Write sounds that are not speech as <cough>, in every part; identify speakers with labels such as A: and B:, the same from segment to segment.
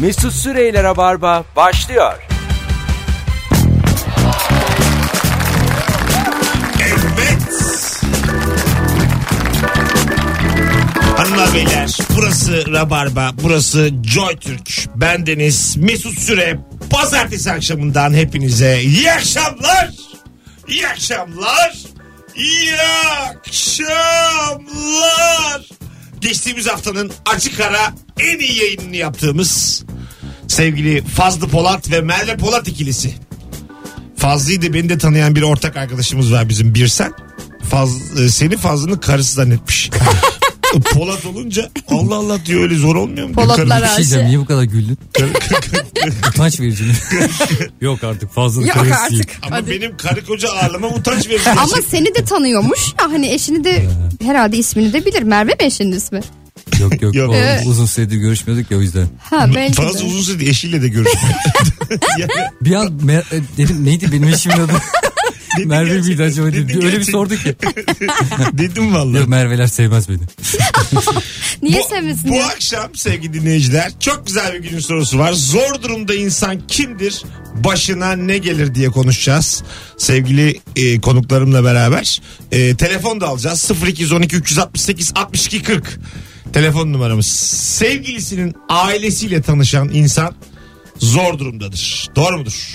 A: Mesut Süreyle Rabarba başlıyor.
B: Evet. Hanımlar beyler burası Rabarba burası Joy Türk. Ben Deniz Mesut Süre pazartesi akşamından hepinize iyi akşamlar. İyi akşamlar. İyi akşamlar. Geçtiğimiz haftanın acı kara en iyi yayınını yaptığımız sevgili Fazlı Polat ve Merve Polat ikilisi. Fazlı'yı da beni de tanıyan bir ortak arkadaşımız var bizim Birsen. Faz, e, seni Fazlı'nın karısı zannetmiş. Polat olunca Allah Allah diyor öyle zor olmuyor mu?
C: Polatlar
B: Karı-
C: ha.
D: Bir şey diyeceğim niye bu kadar güldün? Utanç verici mi? Yok artık fazla
C: Yok
D: karısı değil.
C: artık.
B: Ama
C: Hadi.
B: benim karı koca ağırlama utanç verici.
C: Ama seni de tanıyormuş ya hani eşini de herhalde ismini de bilir. Merve mi eşinin ismi?
D: Yok yok,
B: Yok.
D: o-
C: Evet.
D: uzun süredir görüşmüyorduk ya o yüzden.
C: Ha belki de.
B: Fazla uzun süredir eşiyle de
C: <laughs>
B: görüşmüyor. Yani
D: Bir an me- e, dedim neydi benim eşimin adı? Merve
B: gerçekten,
D: miydi acaba dedim.
B: dedi
D: Öyle bir
B: gerçekten.
D: sordu ki.
B: dedim vallahi.
D: Yok Merve'ler sevmez beni.
C: Niye
B: Bu-
C: sevmesin
B: Bu
C: ya?
B: akşam sevgili dinleyiciler çok güzel bir günün sorusu var. Zor durumda insan kimdir? Başına ne gelir diye konuşacağız. Sevgili e, konuklarımla beraber. E, telefon da alacağız. 0212 368 62 40. Telefon numaramız. Sevgilisinin ailesiyle tanışan insan zor durumdadır. Doğru mudur?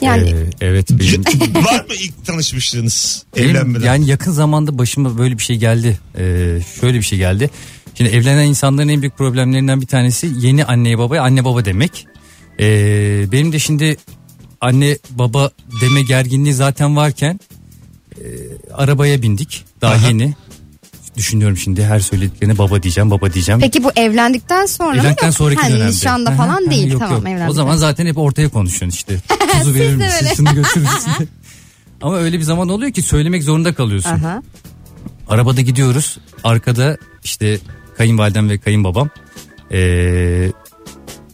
C: Yani
D: Ee, evet benim.
B: <laughs> var mı ilk tanışmışlığınız
D: Benim
B: evlenmeden?
D: Yani yakın zamanda başıma böyle bir şey geldi. Ee, şöyle bir şey geldi. Şimdi evlenen insanların en büyük problemlerinden bir tanesi yeni anneye babaya anne baba demek. Ee, benim de şimdi anne baba deme gerginliği zaten varken e, arabaya bindik daha
B: Aha.
D: yeni. Düşünüyorum şimdi her söylediklerine baba diyeceğim baba diyeceğim.
C: peki bu evlendikten sonra mı?
D: Evlendikten
C: Yok,
D: sonraki
C: hani
D: dönemde.
C: Nişanda
D: Aha,
C: falan
D: aha,
C: değil
D: yok,
C: tamam
D: yok.
C: evlendikten.
D: O zaman zaten hep ortaya
C: <laughs>
D: konuşuyorsun işte. Tuzu verir misin? <laughs>
C: öyle.
D: Şunu götürür müsün? Ama öyle bir zaman oluyor ki söylemek zorunda kalıyorsun.
C: Aha.
D: Arabada gidiyoruz. Arkada işte kayınvalidem ve kayınbabam. Ee,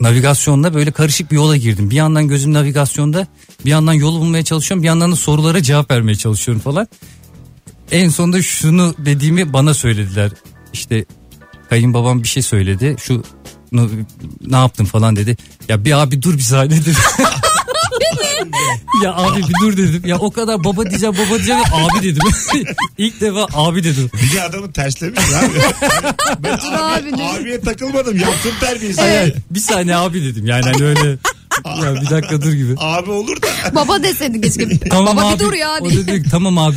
D: navigasyonla böyle karışık bir yola girdim. Bir yandan gözüm navigasyonda bir yandan yolu bulmaya çalışıyorum. Bir yandan da sorulara cevap vermeye çalışıyorum falan. En sonunda şunu dediğimi bana söylediler. İşte kayınbabam bir şey söyledi. Şu "Nu- ne yaptın falan dedi. Ya bir abi dur bir saniye dedi. <laughs> ya abi bir dur dedim. Ya o kadar baba diyeceğim baba diyeceğim ve abi dedim. <laughs> İlk defa abi dedim.
B: Bir de adamı terslemiş
C: <laughs>
B: abi. ben abi,
C: abi dedi.
B: abiye takılmadım. Yaptım terbiyesi.
D: Hayır, bir saniye abi dedim yani
C: <laughs>
D: hani öyle. ya bir dakika dur gibi.
B: Abi olur da
C: Baba deseydin keşke.
D: <laughs> Tamam
C: Baba
D: abi.
C: bir dur ya
D: O
C: diye.
D: da diyor ki,
C: <laughs>
D: tamam abi.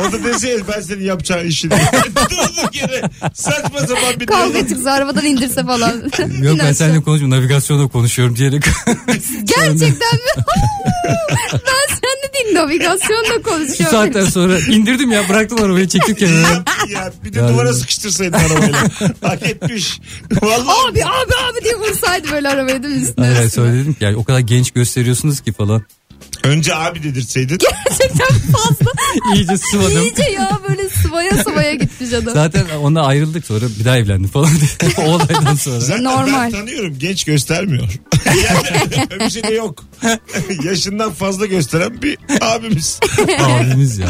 B: o da deseydi ben senin yapacağın işini. <laughs> Durduk yere saçma sapan bir
C: Kavga
B: diyalog.
C: çıksa arabadan indirse falan.
D: <laughs> Yok ben
C: İnançlı.
D: seninle konuşmuyorum. Navigasyonla konuşuyorum diyerek. <laughs>
C: Gerçekten mi? <laughs> ben seninle değil navigasyonla
D: bir
C: konuşuyorum.
D: saatten sonra indirdim ya bıraktım arabayı
C: <laughs>
D: çektim kenara.
B: Ya bir de
D: Yani.
B: duvara sıkıştırsaydın arabayla. Hak etmiş. Vallahi
C: Abi abi abi diye vursaydı böyle arabayı değil mi üstüne?
D: Hayır,
C: <laughs>
D: hayır, sonra dedim ki yani o kadar genç gösteriyorsunuz ki falan. <laughs>
B: önce abi dedirtseydin.
C: Gerçekten fazla.
D: İyice sıvadım.
C: İyice ya böyle sıvaya sıvaya gitmiş adam.
D: Zaten onunla ayrıldık sonra bir daha evlendim falan. <laughs> o olaydan sonra.
B: Zaten ben
C: Normal.
B: tanıyorum genç göstermiyor. <laughs> yani öyle bir şey de yok. <laughs> Yaşından fazla gösteren bir abimiz.
D: Abimiz ya.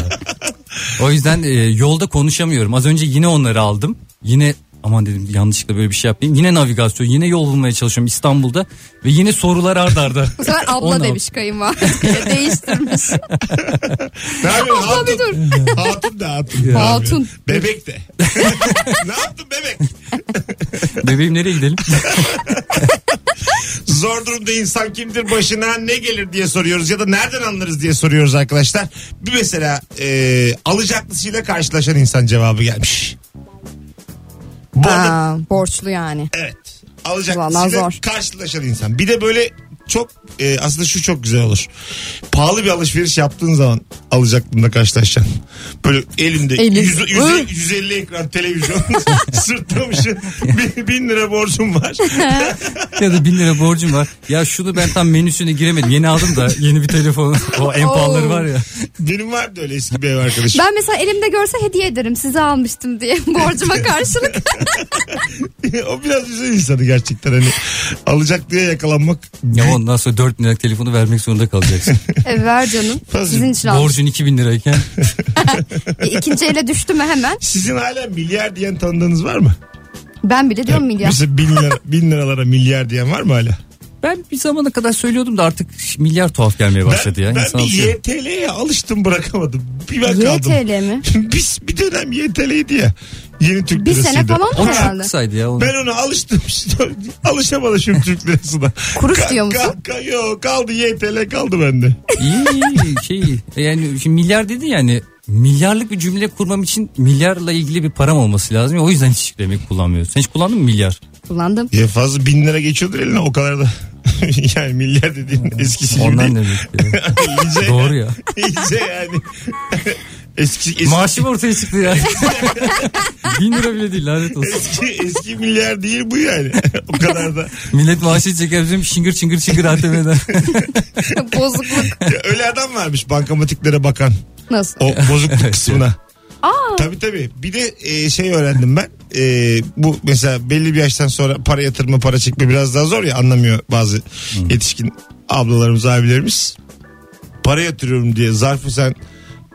D: O yüzden e, yolda konuşamıyorum. Az önce yine onları aldım. Yine aman dedim yanlışlıkla böyle bir şey yapmayayım. Yine navigasyon, yine yol bulmaya çalışıyorum İstanbul'da. Ve yine sorular ard arda.
C: Bu sefer abla
D: Onu al.
C: demiş kayınvalide. <laughs> Değiştirmiş.
B: Ne yapıyorsun
C: Abla bir
B: hatun?
C: dur.
B: Hatun da hatun. Ne
D: Ya.
C: Hatun.
B: yapıyorsun? Bebek de. <laughs> ne yaptın bebek?
D: Bebeğim nereye gidelim?
B: Zor durumda insan kimdir başına ne gelir diye soruyoruz ya da nereden anlarız diye soruyoruz arkadaşlar. Bir mesela e, alacaklısıyla karşılaşan insan cevabı gelmiş. Bu arada-
C: Aa, borçlu yani.
B: evet
C: Vallahi
B: alacaklısıyla
C: zor.
B: karşılaşan insan. Bir de böyle çok e, aslında şu çok güzel olur. Pahalı bir alışveriş yaptığın zaman alacaklınla karşılaşacaksın. Böyle elinde
C: Elin-
B: yüz- yüz-
C: Hı.
B: 150 ekran televizyon <laughs> sırtlamışsın. Bin, bin lira borcum var.
D: ya da bin lira borcum var. Ya şunu ben tam menüsüne giremedim. Yeni aldım da yeni bir telefon. O en pahalıları var ya.
B: <laughs> Benim vardı öyle eski bir ev arkadaşım.
C: Ben mesela elimde görse hediye ederim size almıştım diye <laughs> borcuma karşılık.
B: <laughs> o biraz güzel insanı gerçekten hani alacak diye yakalanmak.
D: Ya ondan sonra 4 bin liralık telefonu vermek zorunda kalacaksın.
C: <laughs> E, ver canım.
B: Fazla
C: Sizin için almıştım.
D: Borcun 2000 lirayken.
C: E, ikinci ele düştü mü hemen?
B: Sizin hala milyar diyen tanıdığınız var mı?
C: Ben bile diyorum milyar.
B: Mesela bin,
C: <laughs>
B: lira, bin liralara milyar diyen var mı hala?
D: Ben bir zamana kadar söylüyordum da artık milyar tuhaf gelmeye başladı
B: ben,
D: ya.
B: ben
D: İnsan
B: bir
D: alışıyor.
B: YTL'ye alıştım bırakamadım. Bir ben kaldım.
C: YTL mi?
B: <laughs> Biz bir dönem YTL'ydi ya. Yeni Türk
C: Bir sene
B: lirasıydı.
C: falan
D: O
C: Herhalde.
D: çok kısaydı ya. Onu.
B: Ben ona alıştım <laughs> işte. Alışamadım şimdi Türk lirasına.
C: Kuruş
B: Ka-
C: diyor musun?
B: ka- ka- yok kaldı YTL kaldı bende.
D: İyi iyi, şey yani şimdi milyar dedi yani milyarlık bir cümle kurmam için milyarla ilgili bir param olması lazım. ya, O yüzden hiç demek kullanmıyorsun. Sen hiç kullandın mı milyar?
C: Kullandım.
B: Ya fazla bin lira geçiyordur eline o kadar da. <laughs> yani milyar dediğin eskisi gibi
D: Ondan
B: değil.
D: demek. ya.
B: <laughs> İyice,
D: Doğru ya.
B: İyice
D: <laughs>
B: yani. eski, eski,
D: Maaşım ortaya çıktı ya. Bin lira bile değil lanet olsun.
B: eski, eski milyar değil bu yani. <laughs> o kadar da.
D: Millet maaşı çeker bizim şıngır şıngır şıngır ATM'den.
C: <laughs> Bozukluk.
B: Ya öyle adam varmış bankamatiklere bakan.
C: Nasıl? <laughs>
B: O bozukluk kısmına. Tabii tabii. Bir de e, şey öğrendim ben. E, bu mesela belli bir yaştan sonra para yatırma, para çekme biraz daha zor ya anlamıyor bazı yetişkin ablalarımız, abilerimiz. Para yatırıyorum diye zarfı sen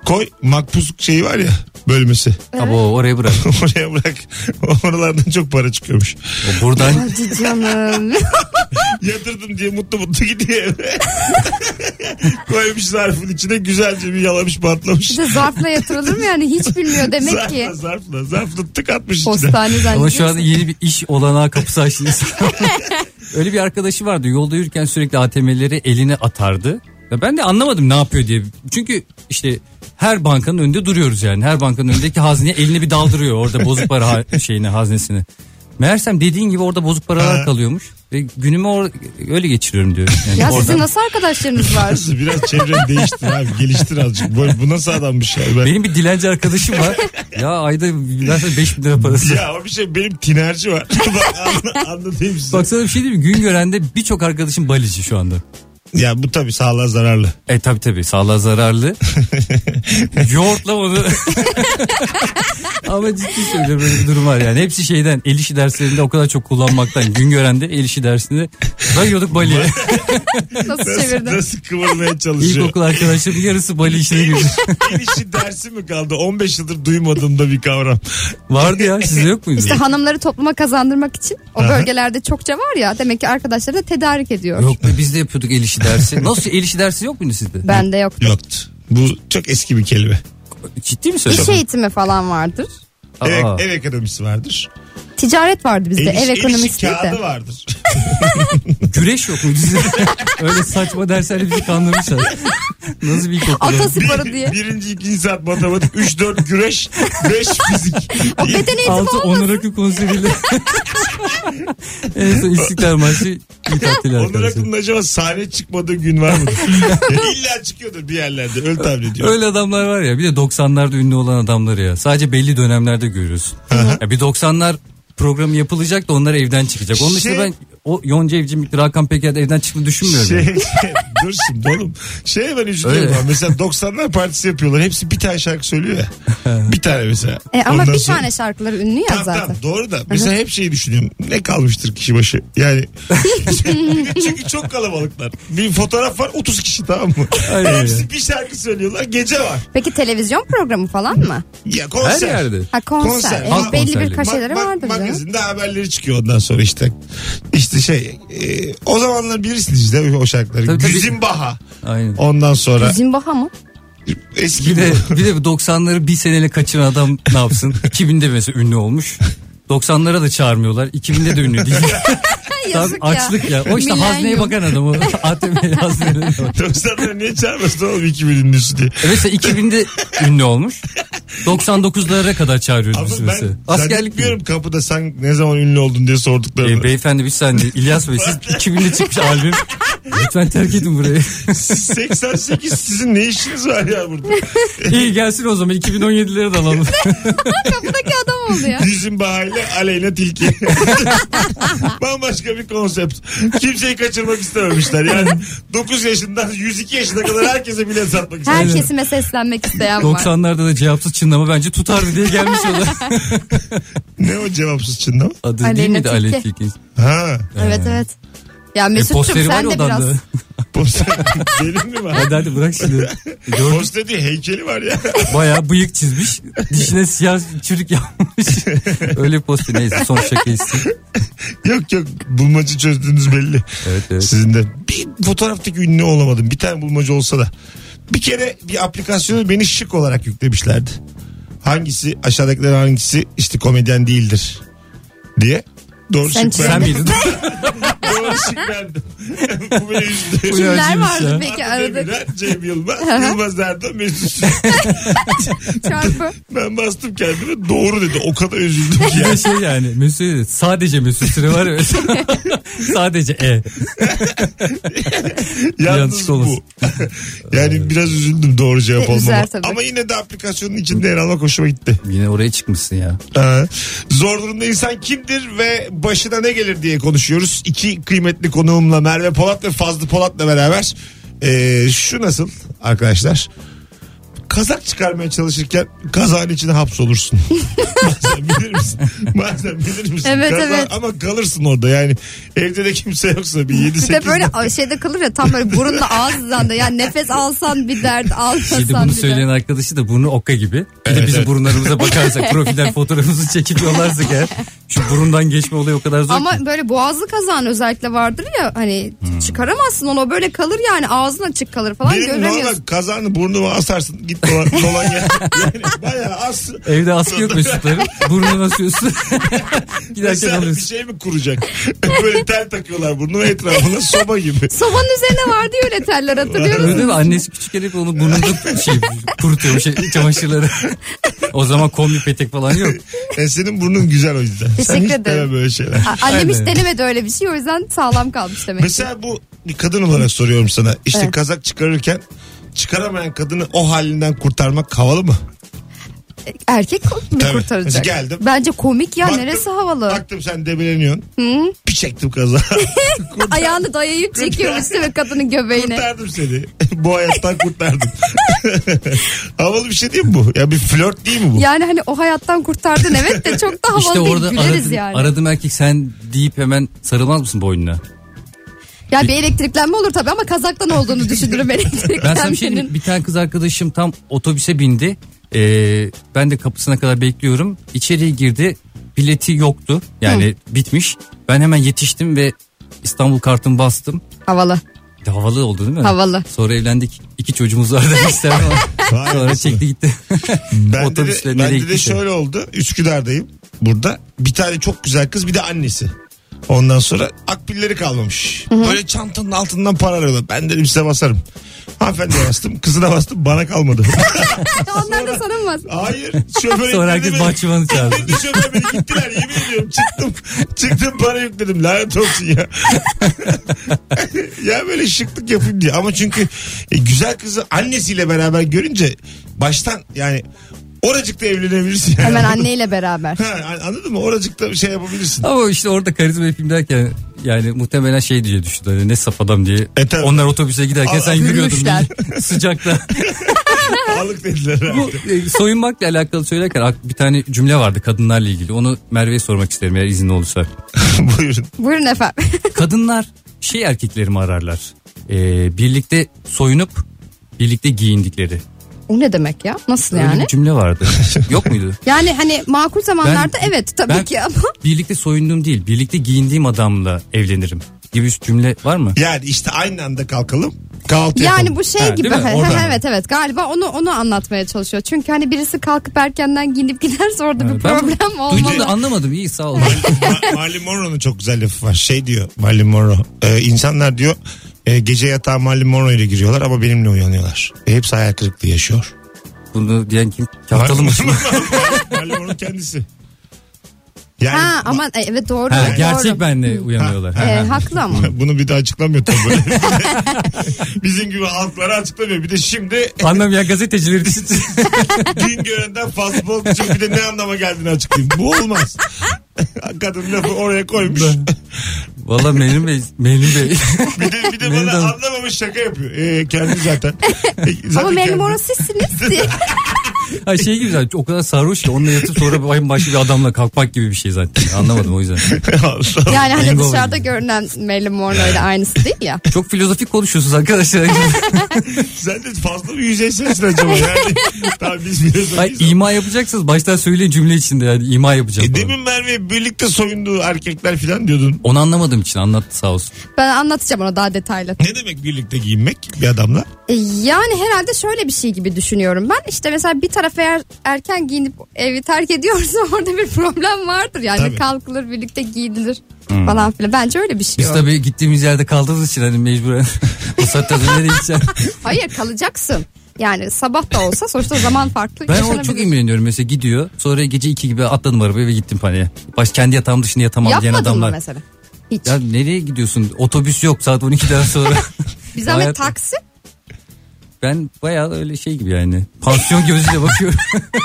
B: koy makbuz şeyi var ya bölmesi. <laughs>
D: Abo oraya bırak.
B: Oraya bırak. <laughs> Oralardan çok para çıkıyormuş.
D: O Buradan
C: Hadi canım. <laughs>
B: Yatırdım diye mutlu mutlu gidiyor eve. <laughs> Koymuş zarfın içine güzelce bir yalamış patlamış.
C: Bir de zarfla yatırılır mı yani hiç bilmiyor demek ki.
B: Zarfla zarfla zarfla tık atmış içine.
C: Postane
D: ama şu an
C: zannediyorsun.
D: yeni bir iş olanağı kapısı açtı. Öyle bir arkadaşı vardı. Yolda yürürken sürekli ATM'leri eline atardı. Ya ben de anlamadım ne yapıyor diye. Çünkü işte her bankanın önünde duruyoruz yani. Her bankanın önündeki hazneye elini bir daldırıyor orada bozuk para ha- şeyini haznesini. Meğersem dediğin gibi orada bozuk
B: Ha.
D: paralar kalıyormuş. Ve günümü or- öyle geçiriyorum diyor. Yani
C: Ya sizin
D: oradan-
C: nasıl arkadaşlarınız var?
B: Biraz, biraz çevreni değiştir abi. Geliştir azıcık. Bu, bu nasıl adammış ya? Ben...
D: Benim bir dilenci arkadaşım var. ya ayda neredeyse 5 bin lira parası.
B: Ya o bir şey benim tinerci
D: <laughs>
B: var. Bak anla- anlatayım size.
D: Baksana bir şey değil mi? Gün görende birçok arkadaşım balici şu anda.
B: Ya bu tabii sağlığa zararlı.
D: E tabi tabi sağlığa zararlı. <laughs> Yoğurtla <laughs> onu. Ama ciddi söylüyorum böyle bir durum var yani. Hepsi şeyden el işi derslerinde o kadar çok kullanmaktan gün görende el işi dersinde dayıyorduk baliye.
C: Nasıl
B: Nasıl,
C: çevirdin?
B: nasıl kıvırmaya çalışıyor?
D: İlkokul arkadaşlarım yarısı bali işine
B: En
D: girdi.
B: işi- <laughs> en işi dersi mi kaldı? 15 yıldır duymadığım da bir kavram.
D: Vardı ya sizde yok muydu?
C: İşte hanımları topluma kazandırmak için o bölgelerde çokça var ya demek ki arkadaşları da tedarik ediyor.
D: Yok be biz de yapıyorduk el işi <laughs> dersi. Nasıl el işi dersi yok muydu sizde?
C: Bende yok.
B: Yoktu. Bu çok eski bir kelime.
D: Ciddi mi
C: İş
D: söylüyorsun?
C: eğitimi falan vardır.
D: Aa.
B: Ev, ev ekonomisi vardır.
C: Ticaret vardı bizde.
B: el, işi-
C: ev
B: el işi
C: ekonomisi değil
B: kağıdı
C: de.
B: vardır.
D: Güreş yok mu dizide? Öyle saçma derslerle bizi kandırmışlar. Nasıl bir ilkokul?
C: Ata
D: ya?
C: sporu
B: <laughs>
C: diye.
B: Birinci, ikinci saat matematik, üç, dört güreş, beş fizik.
C: <laughs> O beden eğitimi
D: Altı
C: olmadı.
D: Onur Akın konseriyle. en son İstiklal Marşı iyi tatiller
B: Onur
D: arkadaşlar.
B: Akın'ın acaba sahne çıkmadığı gün var
D: <laughs>
B: mıdır? Ya İlla çıkıyordur bir yerlerde. Öyle tahmin ediyorum.
D: Öyle adamlar var ya bir de 90'larda ünlü olan adamları ya. Sadece belli dönemlerde görüyorsun. ya bir 90'lar programı yapılacak da onlar evden çıkacak. Onun için
B: Şey-
D: ben o Yonca Evcimik, Rakan Peker de evden çıktığını düşünmüyorum.
B: Şey, <laughs>
D: yani.
B: dur şimdi oğlum. Şeye ben üzülüyorum.
D: Öyle.
B: ben. Mesela 90'lar partisi yapıyorlar. Hepsi bir tane şarkı söylüyor
D: <laughs>
B: ya. bir tane mesela.
C: E, ama
B: Ondan
C: bir
B: sonra-
C: tane şarkıları ünlü ya
B: Tamam,
C: zaten.
B: tamam, doğru da mesela hep şeyi düşünüyorum ne kalmıştır kişi başı yani
C: <laughs>
B: çünkü çok kalabalıklar bir fotoğraf var 30 kişi tamam mı
D: Aynen
B: hepsi
D: ya.
B: bir şarkı söylüyorlar gece var
C: Peki televizyon programı falan mı?
B: ya
D: Her
B: konser
D: yerde.
C: Ha konser.
B: Konser.
C: Evet,
D: Halk
C: belli
D: konserleri.
C: bir kaşeleri
B: Bak- bak-
C: vardır canım.
B: Magazinde haberleri çıkıyor ondan sonra işte. İşte şey e, o zamanlar bilirsiniz işte o şarkıları.
D: Tabii, tabii.
B: Güzimbaha.
D: Aynen.
B: Ondan sonra
C: Zimbaha mı?
B: eski
D: Bir de
B: bu. <laughs>
D: bir de bu 90'ları bir seneyle kaçıran adam ne yapsın? 2000'de mesela ünlü olmuş. 90'lara da çağırmıyorlar. 2000'de de ünlü değil.
B: <laughs>
D: Tam
C: Yazık ya.
D: açlık ya. O işte
C: Milenyum.
D: hazneye bakan adam o.
C: <laughs>
D: ATM hazneye bakan.
B: 90'ları niye çağırmasın oğlum 2000 ünlüsü diye.
D: E Mesela 2000'de ünlü olmuş. 99'lara kadar çağırıyoruz
B: Ama
D: biz mesela.
B: ben
D: Askerlik
B: zannetmiyorum kapıda sen ne zaman ünlü oldun diye <laughs>
D: gibi.
B: sorduklarını.
D: E, beyefendi bir saniye İlyas Bey siz 2000'de çıkmış albüm. Lütfen terk
B: <laughs>
D: edin burayı.
B: 88 sizin ne işiniz var ya burada?
D: İyi gelsin o zaman 2017'lere
C: <laughs>
D: de alalım.
C: Kapıdaki adam oldu
D: <laughs>
C: ya.
B: Yüzün bahayla aleyna tilki. <laughs> Bambaşka bir konsept. Kimseyi kaçırmak istememişler. Yani 9 yaşından 102 yaşına kadar herkese bilet satmak istemişler.
C: Herkesime seslenmek isteyen var.
D: 90'larda da cevapsız çınlama bence tutardı diye gelmiş
C: <laughs>
D: o da.
B: Ne o cevapsız çınlama?
D: Adı
C: Aleyna
D: değil miydi
C: Tilki.
D: Aleyna Tilki?
B: Ha.
C: Evet evet. Ya
D: E,
C: Mesut'cum
D: posteri var
C: sen de
D: odamda.
C: biraz
B: <laughs> Posta benim mi var?
D: Ben derdim
C: <laughs>
D: bırak şimdi. Gördüm
B: Posta diye heykeli var ya.
D: bayağı bıyık çizmiş. Dişine siyah
C: <laughs>
D: çürük yapmış. Öyle posti neyse son şaka istedim.
B: yok yok bulmacı çözdüğünüz belli.
D: Evet evet.
B: Sizin de bir fotoğraftaki ünlü olamadım. Bir tane bulmacı olsa da. Bir kere bir aplikasyonu beni şık olarak yüklemişlerdi. Hangisi aşağıdakiler hangisi işte komedyen değildir diye. Doğru
C: Sen
B: şık
C: çizdin.
D: Sen
B: verdim.
D: miydin?
B: Doğru şık verdim. <laughs> Bu beni üzdü.
C: Kimler
D: Uyarcıymış
C: vardı
D: ya.
C: peki
B: Arda
C: arada?
B: Demirel, Cem Yılmaz, Yılmaz Erdoğan, Mesut Süre.
C: Çarpı.
B: Ben bastım kendime doğru dedi. O kadar üzüldüm ki
D: <laughs> Bir
B: ya.
D: de şey yani Mesut sadece Mesut Süre var
C: <laughs>
D: ya. sadece E.
B: Yalnız
D: Yanlış olmasın.
B: bu. <laughs> yani biraz üzüldüm doğru cevap
C: E, üzer
B: olmama.
C: tabii.
B: Ama yine de aplikasyonun içinde yer almak hoşuma gitti.
D: Yine oraya çıkmışsın ya.
B: Ha. Zor durumda insan kimdir ve başına ne gelir diye konuşuyoruz. İki kıymetli konuğumla Merve Polat ve Fazlı Polat'la beraber. Ee, şu nasıl arkadaşlar? Kazak çıkarmaya çalışırken kazağın içine
C: <laughs>
B: hapsolursun. Bazen bilir misin? Bazen bilir misin?
C: Evet,
B: Kaza-
C: evet.
B: Ama kalırsın orada yani. Evde de kimse yoksa bir 7
C: Bir
B: 8
C: de böyle şeyde kalır ya tam böyle burunla
B: <laughs>
C: ağızdan da ya nefes alsan bir dert almasan
D: Şimdi
C: bir
D: bunu
C: dert.
D: söyleyen arkadaşı da burnu oka gibi. Bir de bizim
C: <laughs>
D: burunlarımıza bakarsak profilden fotoğrafımızı çekip yollarsak eğer. Şu burundan geçme olayı o kadar zor. ki.
C: Ama böyle boğazlı kazan özellikle vardır ya hani
D: Hmm.
C: çıkaramazsın onu o böyle kalır yani ağzın açık kalır falan
B: Benim normal
C: göremiyorsun.
B: kazanı burnuma asarsın git dolan,
C: <laughs>
B: dolan ya. Yani bayağı as.
D: Evde askı yok Mesutların. Burnuna <laughs> asıyorsun. Giderken
B: Mesela bir
D: alıyorsun.
B: şey mi kuracak? <laughs> Böyle tel takıyorlar burnuna etrafına soba gibi.
C: Sobanın üzerine vardı öyle teller hatırlıyor
D: Öyle değil
C: musun?
D: mi? Annesi küçükken hep onu burnunda şey kurutuyor şey, çamaşırları. o zaman kombi petek falan yok.
B: E senin burnun güzel o yüzden. Sen
C: Teşekkür
B: hiç
C: ederim.
B: deme böyle şeyler.
C: A- Annem hiç
D: Aynen.
C: denemedi öyle bir şey o yüzden sağlam kalmış demek.
B: Mesela bu bir kadın olarak soruyorum sana. İşte
C: Evet.
B: kazak çıkarırken çıkaramayan kadını o halinden kurtarmak havalı mı?
C: Erkek mi
B: Tabii.
C: kurtaracak?
B: Geldim.
C: Bence komik ya
B: Baktım-
C: neresi havalı?
B: Baktım sen debeleniyorsun. Bir çektim <laughs>
C: <laughs>
B: kazağı. Kurtar-
C: Ayağını dayayıp çekiyormuş değil mi kadının göbeğine?
B: kurtardım seni. <laughs> bu hayattan kurtardım. <laughs> havalı bir şey değil mi bu? Ya bir flört değil mi bu?
C: Yani hani o hayattan kurtardın evet de çok da havalı
D: <laughs> İşte
C: değil
D: orada
C: güleriz
D: aradım,
C: yani.
D: aradım erkek sen deyip hemen sarılmaz mısın boynuna?
C: Ya bir elektriklenme olur tabii ama kazaktan olduğunu
D: <laughs>
C: düşünürüm
D: Ben sana bir şey diyeyim.
C: elektriklenmenin.
D: Bir tane kız arkadaşım tam otobüse bindi. Ee, ben de kapısına kadar bekliyorum. İçeriye girdi. Bileti yoktu. Yani bitmiş. Ben hemen yetiştim ve İstanbul kartımı bastım. <laughs>
C: Havalı.
D: Bir de havalı oldu değil mi?
C: Havalı.
D: Sonra evlendik. İki çocuğumuz vardı. İstemem.
B: Vay
D: Sonra
B: anasını.
D: çekti gitti.
B: Ben de,
D: Otobüsle
B: de,
D: nereye
B: ben de,
D: gittiyse.
B: şöyle oldu. Üsküdar'dayım burada. Bir tane çok güzel kız bir de annesi. Ondan sonra akbilleri kalmamış. Böyle çantanın altından para arıyorlar. Ben dedim size basarım. Hanımefendiye bastım. Kızına bastım. Bana kalmadı. <laughs>
C: Onlar da sanılmaz.
B: Hayır. Şoför
D: Sonra
B: ekledi
D: herkes
B: beni.
D: bahçıvanı çağırdı.
B: Bir şoför beni gittiler yemin ediyorum çıktım çıktım para yükledim lanet olsun ya. <laughs> ya böyle şıklık yapayım diye ama çünkü e, güzel kızı annesiyle beraber görünce baştan yani oracıkta evlenebilirsin. Yani.
C: Hemen
B: Anladın-
C: anneyle
D: <laughs>
B: <laughs>
C: beraber.
B: Ha, an- anladın mı oracıkta bir şey yapabilirsin.
D: Ama işte orada karizma yapayım derken yani muhtemelen şey diye düşündü. Hani ne saf adam diye.
B: E tabii.
D: Onlar otobüse giderken
B: Aa,
D: sen yürüyordun.
C: yürümüşler.
D: diye. Sıcakta.
B: Alık dediler.
D: Bu e, soyunmakla alakalı söylerken ak- bir tane cümle vardı kadınlarla ilgili. Onu Merve'ye sormak isterim eğer izin olursa.
B: <laughs> Buyurun.
C: Buyurun efendim. <laughs>
D: Kadınlar şey erkekleri mi ararlar? Ee, birlikte soyunup birlikte giyindikleri.
C: o ne demek ya? Nasıl
D: Öyle
C: yani?
D: bir cümle vardı. Yok muydu?
C: Yani hani makul zamanlarda
D: Ben-
C: evet tabii
D: ben- şey
C: ki ama
D: Birlikte soyunduğum değil, birlikte giyindiğim adamla evlenirim gibi bir cümle var mı?
B: Yani işte aynı anda kalkalım. Kahvaltı
C: <laughs> yani
B: yapalım.
C: bu şey
D: Ha,
C: gibi
D: değil mi?
C: He, he,
D: Oradan.
C: <laughs> evet evet galiba onu onu anlatmaya çalışıyor. Çünkü hani birisi kalkıp erkenden giyinip giderse orada bir problem
D: Duydum da
C: olmalı.
D: anlamadım iyi sağ ol.
B: Ma- Marilyn Monroe'nun çok güzel lafı var. Şey diyor Marilyn Monroe. E, insanlar diyor e, gece yatağa Marilyn Monroe ile giriyorlar ama benimle uyanıyorlar. E, hepsi hayal kırıklığı yaşıyor.
D: Bunu diyen kim? Kahtalı mı?
B: Marilyn Monroe kendisi. Yani
C: Ha ama e, evet doğru.
D: Ha,
C: doğru.
D: gerçek benle uyanıyorlar.
C: E, haklı
D: <laughs>
C: ama.
B: bunu bir de açıklamıyor tabii. <laughs> böyle. Bizim gibi halklara açıklamıyor. Bir de şimdi
D: Anlamayan gazetecileri
B: Gün görenden fast bol için bir de ne anlama geldiğini açıklayayım. Bu olmaz. <laughs> Kadın lafı oraya koymuş.
D: Valla Melih Bey, Melih Bey. <laughs>
B: Bir de, bir de
D: Beni
B: bana
D: de-
B: E, anlamamış şaka yapıyor. Ee, kendi zaten. Ee, zaten
C: Ama memur
B: kendi.
D: <laughs>
C: sizsiniz diye.
D: Ha şey gibi zaten o kadar sarhoş ki onunla yatıp sonra bayım başka bir adamla kalkmak gibi bir şey zaten. Anlamadım o yüzden.
C: <laughs> Yani hani
D: Bingo
C: dışarıda
D: oyunu.
C: görünen Marilyn Monroe ile aynısı değil ya.
D: Çok filozofik
C: <laughs>
D: konuşuyorsunuz arkadaşlar.
B: Sen de fazla mı yüzeyselsin acaba
C: <laughs>
B: yani? Tamam biz biliyoruz.
D: Ay, ima yapacaksınız. Baştan söyleyin cümle içinde yani ima yapacağım.
B: E,
D: falan.
B: demin Merve birlikte soyunduğu erkekler falan diyordun.
D: Onu anlamadığım için anlattı sağ olsun.
C: Ben anlatacağım onu daha detaylı.
B: Ne demek birlikte giyinmek bir adamla?
C: E, Yani herhalde şöyle bir şey gibi düşünüyorum ben. İşte mesela bir taraf eğer erken giyinip evi terk ediyorsa <laughs> orada bir problem vardır. Yani
B: Tabii.
C: kalkılır birlikte giyinilir falan filan. Bence öyle bir şey
D: Biz
C: yok.
D: tabii gittiğimiz yerde kaldığımız için hani mecburen <laughs> o saatten sonra nereye
C: <laughs>
D: gideceğim.
C: Hayır kalacaksın. Yani sabah da olsa sonuçta zaman farklı.
D: Ben ona
C: yaşanabilir.
D: çok imreniyorum mesela gidiyor. Sonra gece iki gibi atladım arabaya ve gittim paniğe. Baş kendi yatağım dışında yatamam diyen
C: Yapmadın mı
D: adamlar.
C: mesela? Hiç.
D: Ya nereye gidiyorsun? Otobüs yok saat 12'den sonra.
C: <laughs> bir zahmet
D: hayat-
C: taksi.
D: ben bayağı öyle şey gibi yani. Pansiyon gözüyle bakıyorum.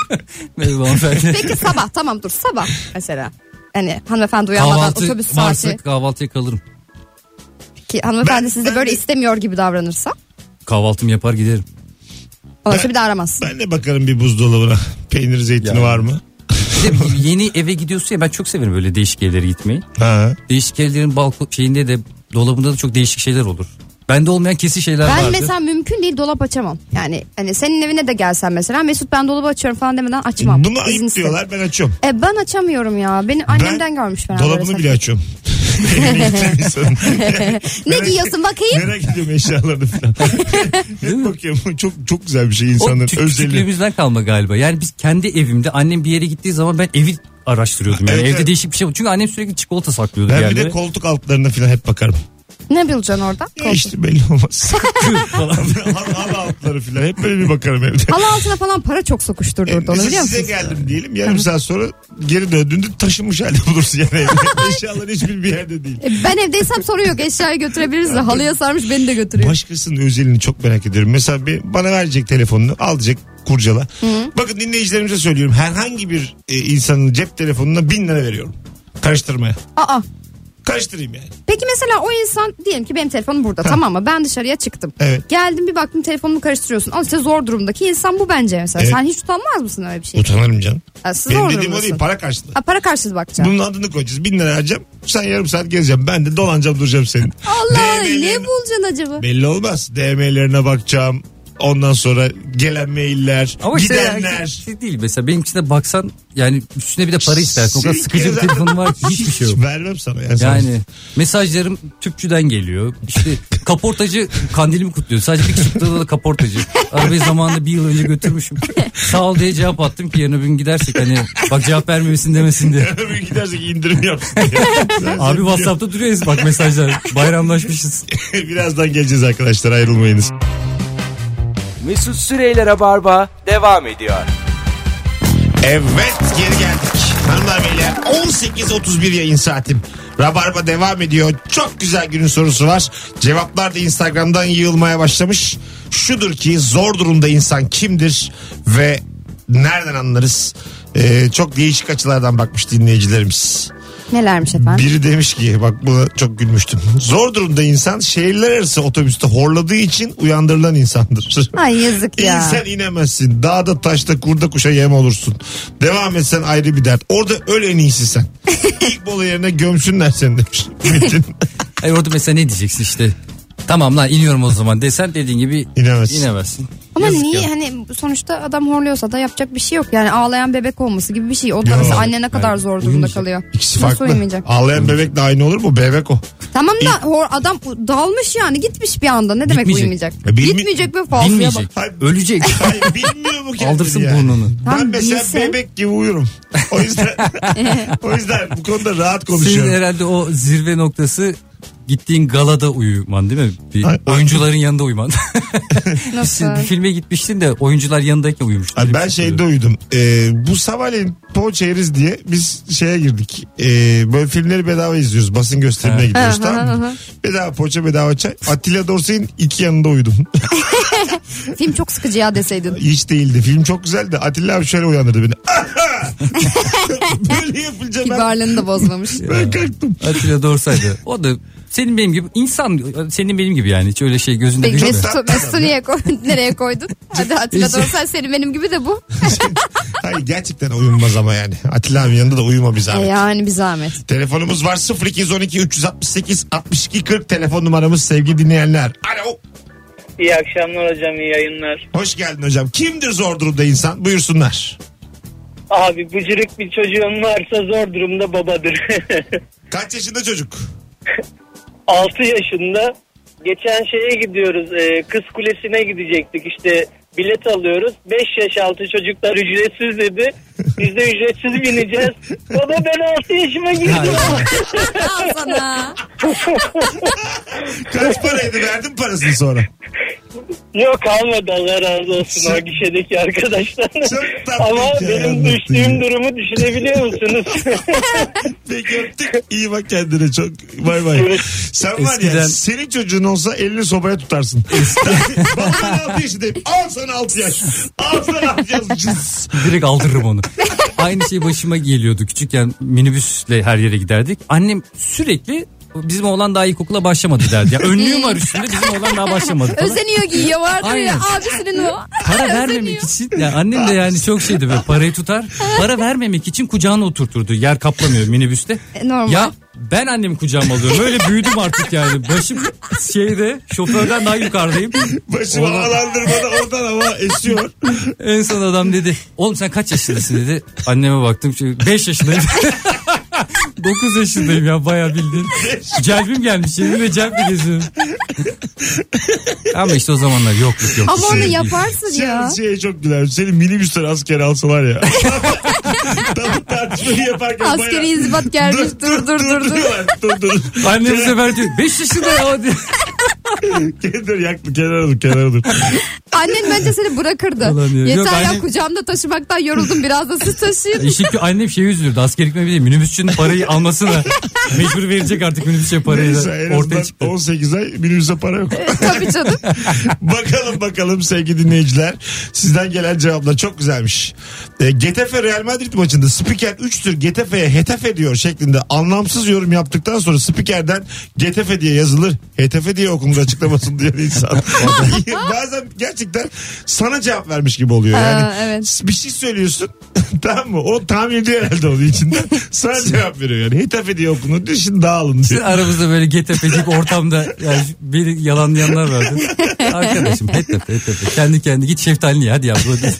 D: <laughs> Merhaba hanımefendi.
C: Peki sabah tamam dur sabah mesela. Hani hanımefendi uyanmadan
D: Kahvaltı
C: otobüs
D: varsa
C: saati
D: kahvaltıya kalırım.
C: ki hanımefendi
B: Ben-
C: sizi
B: ben
C: böyle
B: de-
C: istemiyor gibi davranırsa.
D: Kahvaltımı yapar giderim.
C: Ondan sonra bir daha aramazsın.
B: Ben de bakarım bir buzdolabına. Peynir zeytini
D: Yani.
B: var mı?
D: Bir de yeni eve gidiyorsun ya ben çok severim böyle değişik evlere gitmeyi.
B: Ha.
D: Değişik evlerin balkon şeyinde de dolabında da çok değişik şeyler olur. Bende olmayan kesin şeyler
C: Ben
D: vardı.
C: mesela mümkün değil dolap açamam. Yani hani senin evine de gelsen mesela Mesut ben dolabı açıyorum falan demeden açmam.
B: Bunu E, ayıp
C: İzinsiz.
B: diyorlar ben açıyorum.
C: E ben açamıyorum ya. Beni annemden görmüş ben.
B: Dolabını bile açıyorum. <laughs> Evine gittim
C: <laughs>
B: insanın.
C: Ne giyiyorsun bakayım?
B: Merak ediyorum eşyalarını falan. Hep bakıyorum. Çok çok güzel bir şey
D: O
B: insanların
D: küçük-
B: özeli.
D: küçüklüğümüzden kalma galiba. Yani biz kendi evimde annem bir yere gittiği zaman ben evi araştırıyordum. Yani
B: Evet,
D: evde
B: evet.
D: değişik bir şey. Çünkü annem sürekli çikolata saklıyordu.
B: Ben
D: bir
B: bir de
D: yerde.
B: koltuk altlarına falan hep bakarım.
C: Ne bulacaksın orada?
B: Ya İşte belli
C: <laughs>
B: olmaz. Halı halı altları falan hep böyle bir bakarım evde.
C: Halı altına falan para çok sokuşturdurdu onu
B: Mesela
C: biliyor
B: E, size
C: musun?
B: geldim diyelim yarım saat sonra geri döndüğünde taşınmış halde bulursun yani
C: <laughs>
B: evde. Eşyaların hiçbir bir yerde değil.
C: E, ben evdeysem sorun yok eşyayı götürebiliriz de halıya sarmış beni de götürüyor.
B: Başkasının özelini çok merak ediyorum. Mesela bir, bana verecek telefonunu alacak kurcala. Bakın dinleyicilerimize söylüyorum herhangi bir e, insanın cep telefonuna bin lira veriyorum. Karıştırmaya.
C: Aa,
B: Karıştırayım yani.
C: peki mesela o insan diyelim ki benim telefonum burada tamam mı? Ben dışarıya çıktım.
B: Evet.
C: Geldim bir baktım telefonumu karıştırıyorsun. Al işte zor durumdaki insan bu bence mesela.
B: Evet.
C: Sen hiç utanmaz mısın öyle bir şey?
B: Utanırım canım.
C: Ya, siz
B: Benim
C: zor
B: dediğim o değil
C: durumdasın.
B: para karşılığı.
C: Ha, para karşılığı bakacaksın.
B: Bunun adını koyacağız. Bin lira alacağım. Sen yarım saat gezeceğim. Ben de dolanacağım duracağım senin.
C: Allah Allah
B: DM'lerini
C: ne bulacaksın acaba?
B: Belli olmaz. DM'lerine bakacağım. Ondan sonra gelen mailler,
D: Ama işte
B: gidenler.
D: yani <laughs> şey değil mesela benimkisine baksan yani üstüne bir de para istersin. O kadar
B: Senin
D: sıkıcı bir
B: zaten
D: telefonum var ki hiçbir şey yok.
B: Vermem sana. Yani, sana- <laughs>
D: Yani mesajlarım tüpçüden geliyor. İşte kaportacı kandilimi kutluyor. Sadece bir kişi kutladı da kaportacı. Arabayı zamanında bir yıl önce götürmüşüm. Sağ ol diye cevap attım ki yarın öbür gün gidersek hani bak cevap vermemişsin
B: <laughs>
D: demesin diye.
B: Öbür gidersek indirim yapsın.
D: Abi WhatsApp'ta duruyoruz bak mesajlar. Bayramlaşmışız.
B: <laughs> Birazdan geleceğiz arkadaşlar ayrılmayınız.
A: Mesut Süreyler'e barba devam ediyor.
B: Evet geri geldik. Hanımlar beyler 18.31 yayın saatim. Rabarba devam ediyor. Çok güzel günün sorusu var. Cevaplar da Instagram'dan yığılmaya başlamış. Şudur ki zor durumda insan kimdir ve nereden anlarız? Ee, çok değişik açılardan bakmış dinleyicilerimiz.
C: Nelermiş efendim?
B: Biri demiş ki bak buna çok gülmüştüm. <laughs> Zor durumda insan şehirler arası otobüste horladığı için uyandırılan insandır.
C: Ay yazık ya.
B: İnsan inemezsin. Dağda taşta kurda kuşa yem olursun. Devam etsen ayrı bir dert. Orada öl en iyisi
C: <laughs>
B: sen. İlk bola yerine gömsünler seni demiş. Metin.
D: Hayır orada mesela ne diyeceksin işte. Tamam lan iniyorum o zaman desen dediğin gibi
B: İnemezsin.
D: inemezsin.
C: Ama
D: Yazık
C: niye
D: ya.
C: hani sonuçta adam horluyorsa da yapacak bir şey yok. Yani ağlayan bebek olması gibi bir şey. O da
B: Yok.
C: mesela anne ne kadar
D: Yani
C: zor durumda
D: uyumayacak.
C: kalıyor.
B: İkisi
C: Nasıl
B: farklı.
C: uyumayacak?
B: Ağlayan bebek de aynı olur mu? Bebek
C: <laughs>
B: o.
C: Tamam da hor, adam dalmış yani gitmiş bir anda. Ne demek
D: Gitmeyecek.
C: uyumayacak?
B: E, bilmi-
C: Gitmeyecek ve falsoya bak.
D: Bilmeyecek.
B: Hayır.
D: Ölecek.
B: Hayır, bilmiyor mu kendini
D: Aldırsın
B: yani?
D: burnunu.
B: Ben
C: Tam
B: mesela
C: bilse-
B: bebek gibi uyurum. O
C: <laughs>
B: yüzden <laughs> o yüzden bu konuda rahat
D: Senin
B: konuşuyorum.
D: herhalde o zirve noktası gittiğin galada uyuman değil mi? Bir
B: Ay-
D: oyuncuların yanında uyuman.
C: Nasıl?
D: Şimdi bir filme gitmiştin de oyuncular yanındayken uyumuştun. şey
B: Abi ben şey şeyde uyudum. Ee, bu sabahleyin poğaça yeriz diye biz şeye girdik. Ee, böyle filmleri bedava izliyoruz. Basın gösterimine gidiyoruz
C: Aha,
B: tamam mı?
C: aha.
B: Bedava poğaça bedava çay. Atilla Dorsey'in iki yanında uyudum. <laughs>
C: Film çok sıkıcı ya deseydin.
B: Hiç değildi. Film çok güzeldi. Atilla abi şöyle uyandırdı beni. <laughs> Atilla. Böyle yapınca ben,
C: Kibarlığını
B: <laughs>
C: da bozmamış.
B: ben kalktım. <laughs>
D: Atilla Dorsay'dı. O da senin benim gibi insan senin benim gibi yani hiç öyle şey gözünde
C: Peki
D: büyütme.
C: Mesut'u Mesut'u niye koy- <laughs> nereye koydun? Hadi Atilla Dorsal senin benim gibi de bu.
B: Hayır gerçekten uyumaz ama yani. Atilla abinin yanında da uyuma bir
C: E
B: zahmet.
C: yani bir zahmet.
B: Telefonumuz var 0212 368 62 40 telefon numaramız sevgili dinleyenler. Alo.
E: İyi akşamlar hocam iyi yayınlar.
B: Hoş geldin hocam. Kimdir zor durumda insan? Buyursunlar.
E: Abi bıcırık bir çocuğun varsa zor durumda babadır. <laughs>
B: Kaç yaşında çocuk?
E: 6 yaşında geçen şeye gidiyoruz e, kız kulesine gidecektik işte bilet alıyoruz. 5 yaş altı çocuklar ücretsiz dedi. Biz de ücretsiz bineceğiz. Baba ben 6 yaşıma girdim.
C: Al sana.
B: Kaç paraydı verdin parasını sonra?
E: <laughs> Yok almadı Allah razı olsun o
B: <laughs>
E: gişedeki arkadaşlar.
B: Çok tatlı
E: Ama
B: hikaye
E: benim
B: anlattın
E: düştüğüm
B: ya.
E: durumu düşünebiliyor musunuz?
B: Peki öptük. İyi bak kendine çok. Bay bay. Sen var ya
D: Eskiden-
B: senin çocuğun olsa elini sobaya
C: <laughs>
B: tutarsın. <laughs> Bak ben 6 yaşındayım. Al sana 6 yaş. Al sana 6 yaş. Cız.
D: Direkt aldırırım onu. Aynı şey başıma geliyordu. Küçükken minibüsle her yere giderdik. Annem sürekli bizim oğlan daha ilkokula başlamadı derdi. Yani önlüğüm var üstünde bizim oğlan daha başlamadı
C: <laughs>
D: falan.
C: Özeniyor giyiyor vardır ya
D: Aynen.
C: abisinin o. <laughs>
D: Para vermemek için ya annem de yani çok şeydi böyle parayı tutar. Para vermemek için kucağına oturturdu. Yer kaplamıyor minibüste.
C: E, normal.
D: Ya ben annemi kucağıma alıyorum. Öyle büyüdüm artık yani. Başım şeyde şoförden daha yukarıdayım.
B: Başımı
D: Ona-
B: havalandırmada oradan hava esiyor.
D: En son adam dedi. Oğlum sen kaç yaşındasın dedi. Anneme baktım. 5 yaşındayım. <laughs> 9 yaşındayım ya bayağı bildin. Celbim gelmiş yemin ve celple geziyorum. Ama işte o zamanlar yokluk yok.
C: Ama onu yaparsın <laughs> ya.
B: Şey, şeye çok güler. Seni minibüsten asker alsalar
C: <laughs>
B: ya. Tam tartışmayı yaparken
C: Askeri inzibat gelmiş dur dur dur dur.
B: diyorlar. şey- Dur <laughs> dur.
D: Annem bu sefer diyor 5 yaşında ya. diyor.
B: Kendir yaklı kenara dur kenara dur.
C: Annen bence seni bırakırdı.
D: Ulan ya.
C: Yeter
D: Yok,
C: ya
D: annem-
C: kucağımda taşımaktan yoruldum biraz da siz taşıyın.
D: <laughs> İşi ki annem şey üzülürdü. Askerlik mi bileyim minibüsçünün parayı almasına mecbur verecek artık minibüsçe parayı
B: Neyse
D: da
B: en
D: ortaya
B: azından
D: çıktı.
B: 18 ay minibüse para
C: <laughs>
B: yok.
C: Tabii canım.
B: <laughs> bakalım bakalım sevgili dinleyiciler. Sizden gelen cevaplar çok güzelmiş. E, Getafe Real Madrid maçında spiker 3'tür Getafe'ye Hetafe diyor şeklinde anlamsız yorum yaptıktan sonra spikerden Getafe diye yazılır. Hetafe diye okunur açıklamasın diyor
C: <laughs>
B: insan. <laughs> Bazen gerçekten sana cevap vermiş gibi oluyor. Yani
C: Aa, evet.
B: bir şey söylüyorsun <laughs> tamam mı? O tahmin ediyor herhalde onun
C: <laughs>
B: içinden. Sana cevap veriyor yani. Hetafe diye okunur diyor şimdi dağılın diyor.
D: Aramızda böyle getepecik ortamda yani beni yalanlayanlar vardı. Arkadaşım et tepe et tepe. Kendi kendi git şeftalini ye hadi yavrum. hadi.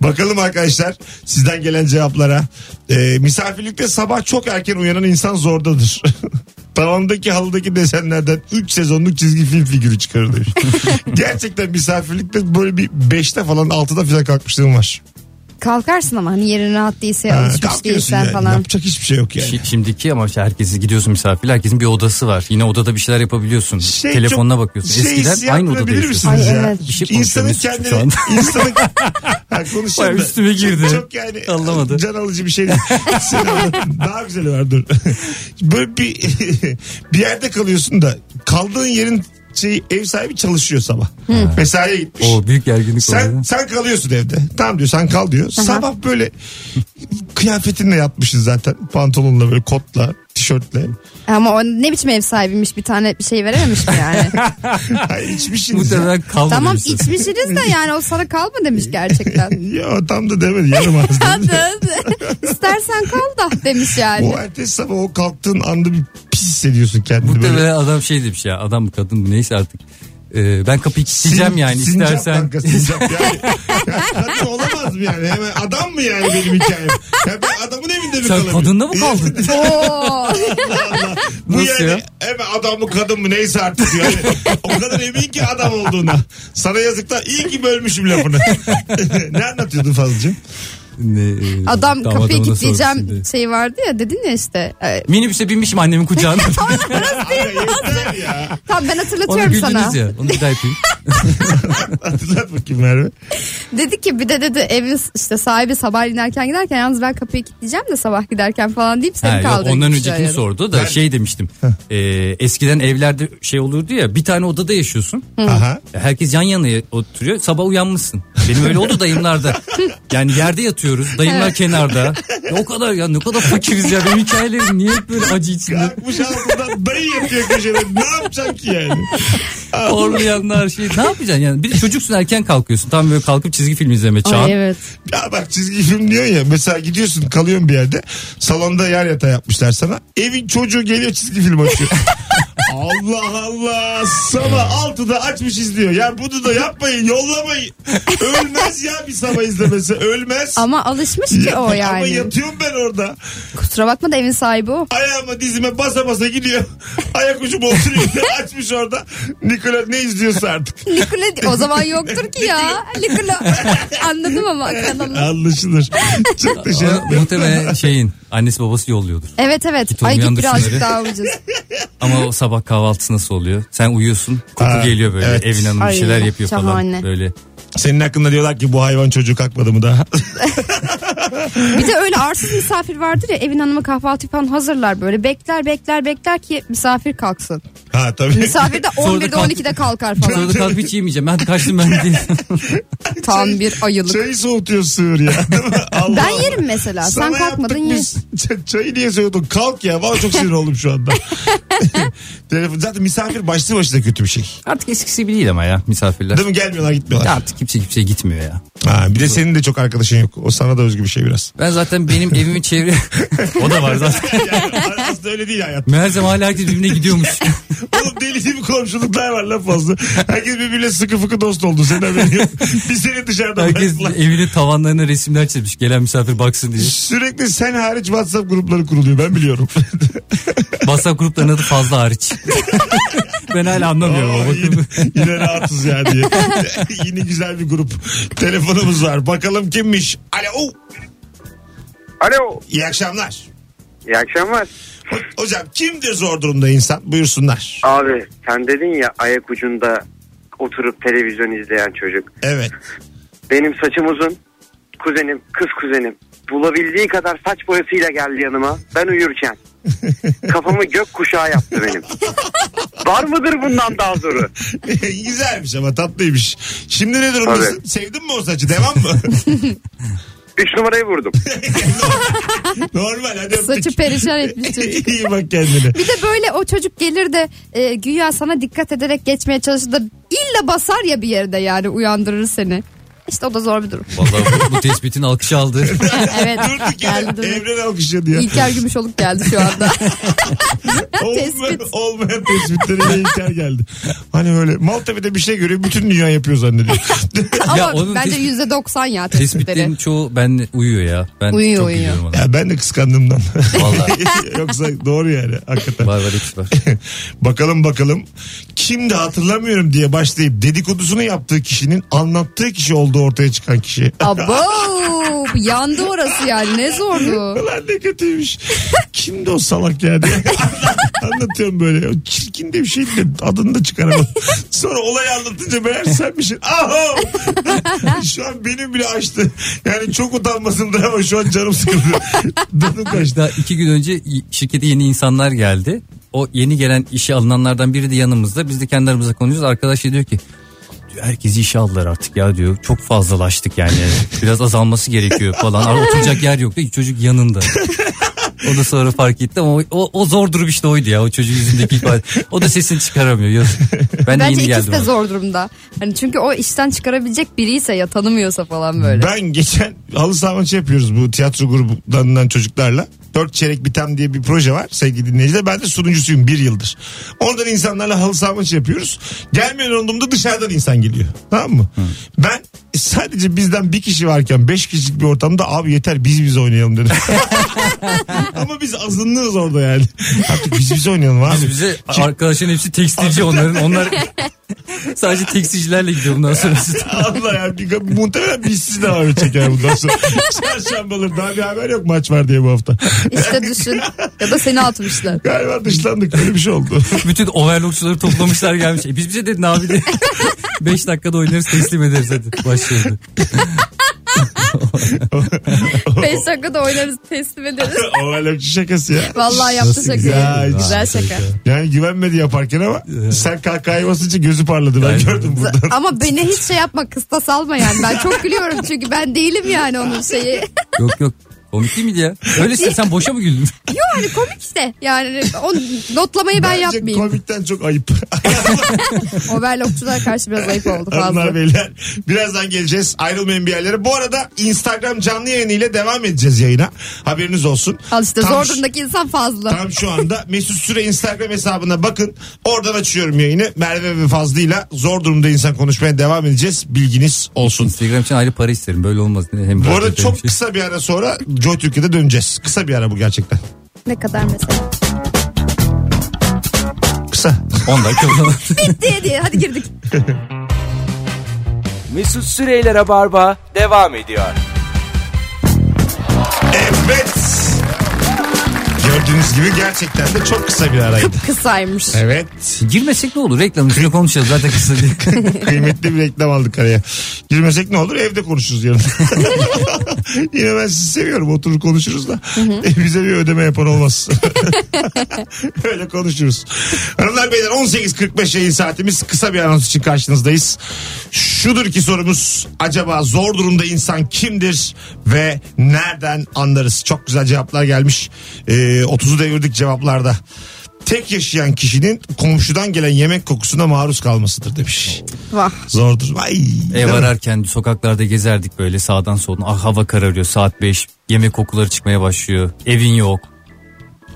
B: Bakalım arkadaşlar sizden gelen cevaplara. Ee, misafirlikte sabah çok erken uyanan insan zordadır. <laughs> Tavandaki halıdaki desenlerden 3 sezonluk çizgi film figürü çıkarır
C: <laughs>
B: demiş. Gerçekten misafirlikte böyle bir 5'te falan 6'da falan kalkmışlığım var.
C: Kalkarsın ama hani yerin rahat değilse
B: Ha,
C: alışmış
B: kalkıyorsun
C: değilsen
B: yani.
C: falan.
B: Yapacak hiçbir şey yok yani.
D: Şi- Şimdiki ama işte herkesi gidiyorsun misafir herkesin bir odası var. Yine odada bir şeyler yapabiliyorsun.
B: Şey
D: Telefonuna
B: çok-
D: bakıyorsun.
B: şey
D: Eskiden
B: hissiyatını
D: aynı odada
B: bilir
D: yaşıyorsun.
B: misiniz
C: Ay,
B: ya?
C: evet.
D: Bir şey
B: insanın
D: konuşuyoruz
B: kendini
D: şu anda.
B: <laughs> insanın ha, konuşuyorum
D: Ay,
B: da.
D: üstüme girdi.
B: Çok, çok yani
D: Anlamadı.
B: can alıcı bir
D: <laughs>
B: şey değil. Sen anladın. Daha güzeli var dur. <laughs> Böyle bir, <laughs> bir yerde kalıyorsun da kaldığın yerin şey, ev sahibi çalışıyor sabah. Mesaiye gitmiş.
D: O büyük gerginlik
B: Sen
D: oluyor.
B: sen kalıyorsun evde. Tamam diyor sen kal diyor. Sabah böyle kıyafetinle yatmışsın zaten. Pantolonla böyle kotla,
D: <laughs>
B: tişörtle.
C: Ama o ne biçim ev sahibiymiş bir tane bir şey verememiş mi
D: <laughs>
C: yani?
B: Hayır içmişsiniz. ya.
D: Muhtemelen kalmadı. şey.
C: tamam
D: birisi.
C: içmişsiniz de yani o sana kal mı demiş
D: <laughs>
C: gerçekten.
B: <laughs> Ya tam da demedi yarım ağız dedi.
C: Hadi. İstersen kal da demiş yani.
B: O ertesi sabah o kalktığın anda bir pis hissediyorsun kendini böyle.
D: Muhtemelen adam şey demiş ya adam mı kadın mı neyse artık. Ee, ben kapıyı kilitleyeceğim yani
B: Sincap
D: istersen.
B: kanka, sincap yani. <laughs> Ya kadın olamaz mı yani? Hemen adam mı yani benim hikayem? Ya ben adamın evinde mi
D: Sen
B: kalabilirim?
D: kadınla mı
B: <laughs>
D: kaldın?
C: Oo.
B: Bu
D: Nasıl
B: yani
D: ya?
B: hemen adam mı kadın mı neyse artık yani. o kadar emin ki adam olduğuna. Sana yazıklar iyi ki bölmüşüm lafını. <laughs> ne anlatıyordun Fazlıcığım?
D: Ne, e,
C: Adam
D: damadına
C: kapıyı
D: sorduk
C: kilitleyeceğim
D: şimdi.
C: şey vardı ya dedin ya işte. E,
D: Minibüse binmişim
C: <laughs>
D: annemin kucağına.
B: Aga yeter ya.
C: Tamam ben
D: Onu
C: hatırlatıyorum sana.
D: güldünüz ya. Onu bir daha yapayım.
B: Hatırlat bakayım Merve.
C: Dedi ki bir de dedi evin işte sahibi sabah inerken giderken yalnız ben kapıyı kilitleyeceğim de sabah giderken falan deyip
D: Ha,
C: seni
D: yok,
C: kaldırmış.
D: ondan öncekini
C: yani.
D: sordu da şey demiştim. E, eskiden evlerde şey olurdu ya bir tane odada yaşıyorsun.
B: Aha.
D: Herkes yan yana oturuyor. Sabah uyanmışsın. Benim öyle oldu dayımlarda. Yani yerde yatıyoruz. Dayımlar kenarda. Ya O kadar ya ne kadar fakiriz ya. Benim hikayelerim niye hep böyle acı içinde.
B: Kalkmış altından dayı yapıyor köşede. Ne yapacaksın ki yani?
D: <laughs> Horlayanlar şey. Ne yapacaksın yani? Bir de çocuksun erken kalkıyorsun. Tam böyle kalkıp çizgi film izleme çağın.
C: Ay evet.
B: Ya bak çizgi film diyor ya. Mesela gidiyorsun kalıyorsun bir yerde. Salonda yer yatağı yapmışlar sana. Evin çocuğu geliyor çizgi film <laughs> açıyor. Allah Allah sabah 6'da açmış izliyor. Ya bunu da yapmayın yollamayın. Ölmez ya bir sabah izlemesi ölmez.
C: Ama alışmış ki o
B: Ama
C: yani.
B: yatıyorum ben orada.
C: Kusura bakma da evin sahibi o.
B: Ayağıma dizime basa basa gidiyor. <laughs> Ayak ucumu oturuyor. açmış orada. Nikola ne izliyorsa artık.
C: Likula o zaman yoktur ki ya. Likula <laughs> anladım ama kanalı.
B: Anlaşılır. Çok teşekkür
D: Ama
B: ederim.
D: Muhtemelen şeyin annesi babası yolluyordur.
C: Evet evet. Ay
D: olmayan
C: git birazcık
D: düşünleri.
C: daha ucuz.
D: Ama o sabah kahvaltısı nasıl oluyor? Sen uyuyorsun. Koku
B: Aa,
D: geliyor böyle.
B: evet.
D: Evin hanımı bir
C: Ay,
D: şeyler yapıyor
C: şahane.
D: falan. Böyle.
B: Senin hakkında diyorlar ki bu hayvan çocuk akmadı mı daha? <laughs>
C: Bir de öyle arsız misafir vardır ya evin hanımı kahvaltı falan hazırlar böyle. Bekler bekler bekler ki misafir kalksın.
B: ha tabii.
C: Misafir de
D: Sonra
C: 11'de
D: kalk-
C: 12'de kalkar falan.
D: Sonra da kalkıp hiç yemeyeceğim. Hadi kaçtım ben
C: <laughs>
D: diye.
C: Tam bir ayılık.
B: Çayı Şey soğutuyor sığır ya. Değil mi? Allah
C: Ben
B: Allah.
C: yerim mesela. Sen
B: Sana
C: kalkmadın
B: yaptık
C: ye.
B: biz. Ç- Çayı niye soğuttun? Kalk ya. Valla çok sinir oldum şu anda. Telefon. Zaten misafir başlı başına kötü bir şey.
D: Artık eskisi gibi değil ama ya misafirler.
B: Değil mi? Gelmiyorlar gitmiyorlar.
D: Ya artık kimse kimseye gitmiyor ya.
B: Ha, bir de senin de çok arkadaşın yok. O sana da özgü bir şey
D: <laughs>
B: biraz.
D: Ben zaten benim evimin çevre... <laughs> o da var zaten.
B: Yani aslında öyle değil hayat.
D: Meğersem hala herkes birbirine <laughs> gidiyormuş.
B: Oğlum deli gibi komşuluklar var laf fazla. Herkes birbirine sıkı fıkı dost oldu. Sen haberin yok. Biz seni dışarıda
D: Herkes <laughs>
B: bıraktılar.
D: evinin tavanlarına resimler çizmiş. Gelen misafir baksın diye.
B: Sürekli sen hariç WhatsApp grupları kuruluyor ben biliyorum. <laughs>
D: WhatsApp gruplarının adı
C: <laughs>
D: fazla hariç. ben hala anlamıyorum.
B: Oo,
D: ama
B: yine,
D: bakın.
B: yine rahatız ya diye. <laughs> yine güzel bir grup. Telefonumuz var. Bakalım kimmiş? Alo.
F: Alo.
B: İyi akşamlar.
F: İyi akşamlar.
B: Ho- Hocam kimdir zor durumda insan? Buyursunlar.
F: Abi sen dedin ya ayak ucunda oturup televizyon izleyen çocuk.
B: Evet. <laughs>
F: Benim saçım uzun. Kuzenim, kız kuzenim. Bulabildiği kadar saç boyasıyla geldi yanıma. Ben <laughs> uyurken. Kafamı gök kuşağı yaptı <laughs> benim. Var mıdır bundan daha zoru?
B: Güzelmiş ama tatlıymış. Şimdi ne durumdasın?
F: Tabii.
B: Sevdin mi o saçı? Devam mı?
F: Üç numarayı vurdum.
B: Normal hadi öptük.
C: Saçı perişan etmiş
B: <laughs>
C: çocuk.
B: İyi bak kendine.
C: Bir de böyle o çocuk gelir de e, güya sana dikkat ederek geçmeye çalışır da illa basar ya bir yerde yani uyandırır seni. İşte o da zor bir durum.
D: Vallahi bu, bu tespitin alkışı aldı.
C: evet.
B: Durduk yere
C: geldi durduk.
B: evren alkışladı ya.
C: İlker Gümüşoluk geldi şu anda.
B: Olmayan,
C: Tespit.
B: olmayan tespitlere inkar geldi. Hani böyle Maltepe'de bir şey görüyor bütün dünya yapıyor
C: <laughs>
B: zannediyor.
C: Ama
D: <laughs> Ya onun
C: bence
D: tespit-
C: yüzde doksan ya
D: Tespitlerin
C: tespitleri.
D: çoğu ben uyuyor ya. Ben
C: Uyuyor,
D: çok
C: uyuyor.
D: uyuyorum ona.
B: ya ben de kıskandığımdan.
D: Vallahi.
B: <laughs> Yoksa doğru yani hakikaten.
D: Var var hepsi var.
B: <laughs> bakalım bakalım kim de hatırlamıyorum diye başlayıp dedikodusunu yaptığı kişinin anlattığı kişi olduğu ortaya çıkan kişi.
C: Abo yandı orası yani ne zordu.
B: Ulan ne kötüymüş. Kimdi o salak yani? <laughs> Anlatıyorum böyle. O çirkin de bir şey de adını da çıkaramadım. Sonra olayı anlatınca meğer senmişsin. Aho! <laughs> şu an benim bile açtı. Yani çok utanmasımdır ama şu an canım sıkıldı. <laughs> Dadım kaçtı.
D: Daha iki gün önce y- şirkete yeni insanlar geldi. O yeni gelen işe alınanlardan biri de yanımızda. Biz de kendi aramızda konuşuyoruz. Arkadaş şey diyor ki diyor, herkesi işe aldılar artık ya diyor. Çok fazlalaştık yani. Biraz azalması gerekiyor falan. Ara oturacak yer yok diyor. Çocuk yanında. O da sonra fark etti ama o, o, o zor durum işte oydu ya. O çocuk yüzündeki ifade. O da sesini çıkaramıyor. Yazık. Ben de
C: Bence
D: yeni
C: ikisi
D: geldim.
C: de
D: ona.
C: zor durumda. Hani çünkü o işten çıkarabilecek biriyse ya tanımıyorsa falan
D: <laughs>
C: böyle.
B: Ben geçen halı saha maçı yapıyoruz bu tiyatro grubundan çocuklarla. Dört çeyrek bitem diye bir proje var sevgili dinleyiciler. Ben de sunucusuyum bir yıldır. Oradan insanlarla halı saha maçı yapıyoruz. Gelmeyen olduğumda dışarıdan insan geliyor. Tamam mı? Ben sadece bizden bir kişi varken beş kişilik bir ortamda abi yeter biz biz oynayalım dedim. <laughs> Ama biz azınlığız orada yani. Artık biz biz oynayalım abi.
D: Biz bize arkadaşların hepsi tekstilci
C: <laughs>
D: onların. Onlar sadece tekstilcilerle gidiyor bundan sonrası.
B: Allah ya bir, muhtemelen biz sizi de haber çeker bundan sonra. <laughs> Çarşambalar daha bir haber yok maç var diye bu hafta.
C: İşte düşün ya da seni
D: <laughs>
C: atmışlar.
B: Galiba dışlandık böyle bir şey oldu.
D: Bütün overlockçuları toplamışlar gelmiş. E <laughs> biz bize dedin abi de 5 dakikada oynarız teslim ederiz hadi. Başladı.
C: Beş dakikada oynarız teslim
D: <laughs>
C: ederiz.
B: <laughs> o alemçi şakası ya.
C: Vallahi yaptı
D: Nasıl
C: şaka.
B: güzel.
C: Güzel,
B: Güzel
C: şaka.
B: Yani güvenmedi yaparken ama sen kahkahayı basınca gözü parladı. Ben
D: Yani-
B: gördüm buradan.
C: Ama beni hiç şey yapma kısta salma yani. Ben çok gülüyorum çünkü ben değilim yani onun
D: <laughs>
C: şeyi.
D: Yok yok. Komik değil miydi ya? Öyleyse sen boşa mı <laughs> güldün?
C: Yok hani komik işte. Yani o notlamayı ben
B: Bence
C: yapmayayım.
B: komikten çok ayıp.
C: Overlockçulara karşı biraz ayıp oldu
B: <laughs>
C: fazla.
B: Hanımlar beyler birazdan geleceğiz ayrılmayın bir yerlere. Bu arada Instagram canlı yayınıyla devam edeceğiz yayına. Haberiniz olsun.
C: Al işte
B: Tam
C: zor
B: şu-
C: durumdaki insan fazla.
B: Tam şu anda Mesut Süre Instagram hesabına bakın. Oradan açıyorum yayını. Merve ve Fazlı'yla zor durumda insan konuşmaya devam edeceğiz. Bilginiz olsun.
D: Instagram için ayrı para isterim. Böyle olmaz. Hem
B: Bu arada
D: rahat
B: çok
D: ederim.
B: kısa bir ara sonra Joy Türkiye'de döneceğiz. Kısa bir ara bu gerçekten.
C: Ne kadar mesela.
B: Kısa.
D: 10 dakika falan.
C: diye diye hadi girdik.
A: Mesut Süreyler'e barba devam ediyor.
B: Evet. Gördüğünüz gibi gerçekten de çok kısa bir araydı.
C: Kısaymış.
B: Evet.
D: <laughs> Girmesek ne olur? Reklamın üstüne konuşacağız zaten kısa değil.
B: Kıymetli bir reklam aldık araya. Girmesek ne olur? Evde konuşuruz yarın. Yine ben sizi seviyorum. Oturur konuşuruz da. E, bize bir ödeme yapan olmaz. Öyle konuşuruz. Hanımlar beyler 18.45 yayın saatimiz. Kısa bir anons için karşınızdayız. Şudur ki sorumuz. Acaba zor durumda insan kimdir ve nereden anlarız? Çok güzel cevaplar gelmiş. E, 30'u devirdik cevaplarda. Tek yaşayan kişinin komşudan gelen yemek kokusuna maruz kalmasıdır demiş.
C: Vah.
B: Zordur. Ay.
D: <laughs> Ev ararken sokaklarda gezerdik böyle sağdan soldan. Ah hava kararıyor saat 5. Yemek kokuları çıkmaya başlıyor. Evin yok.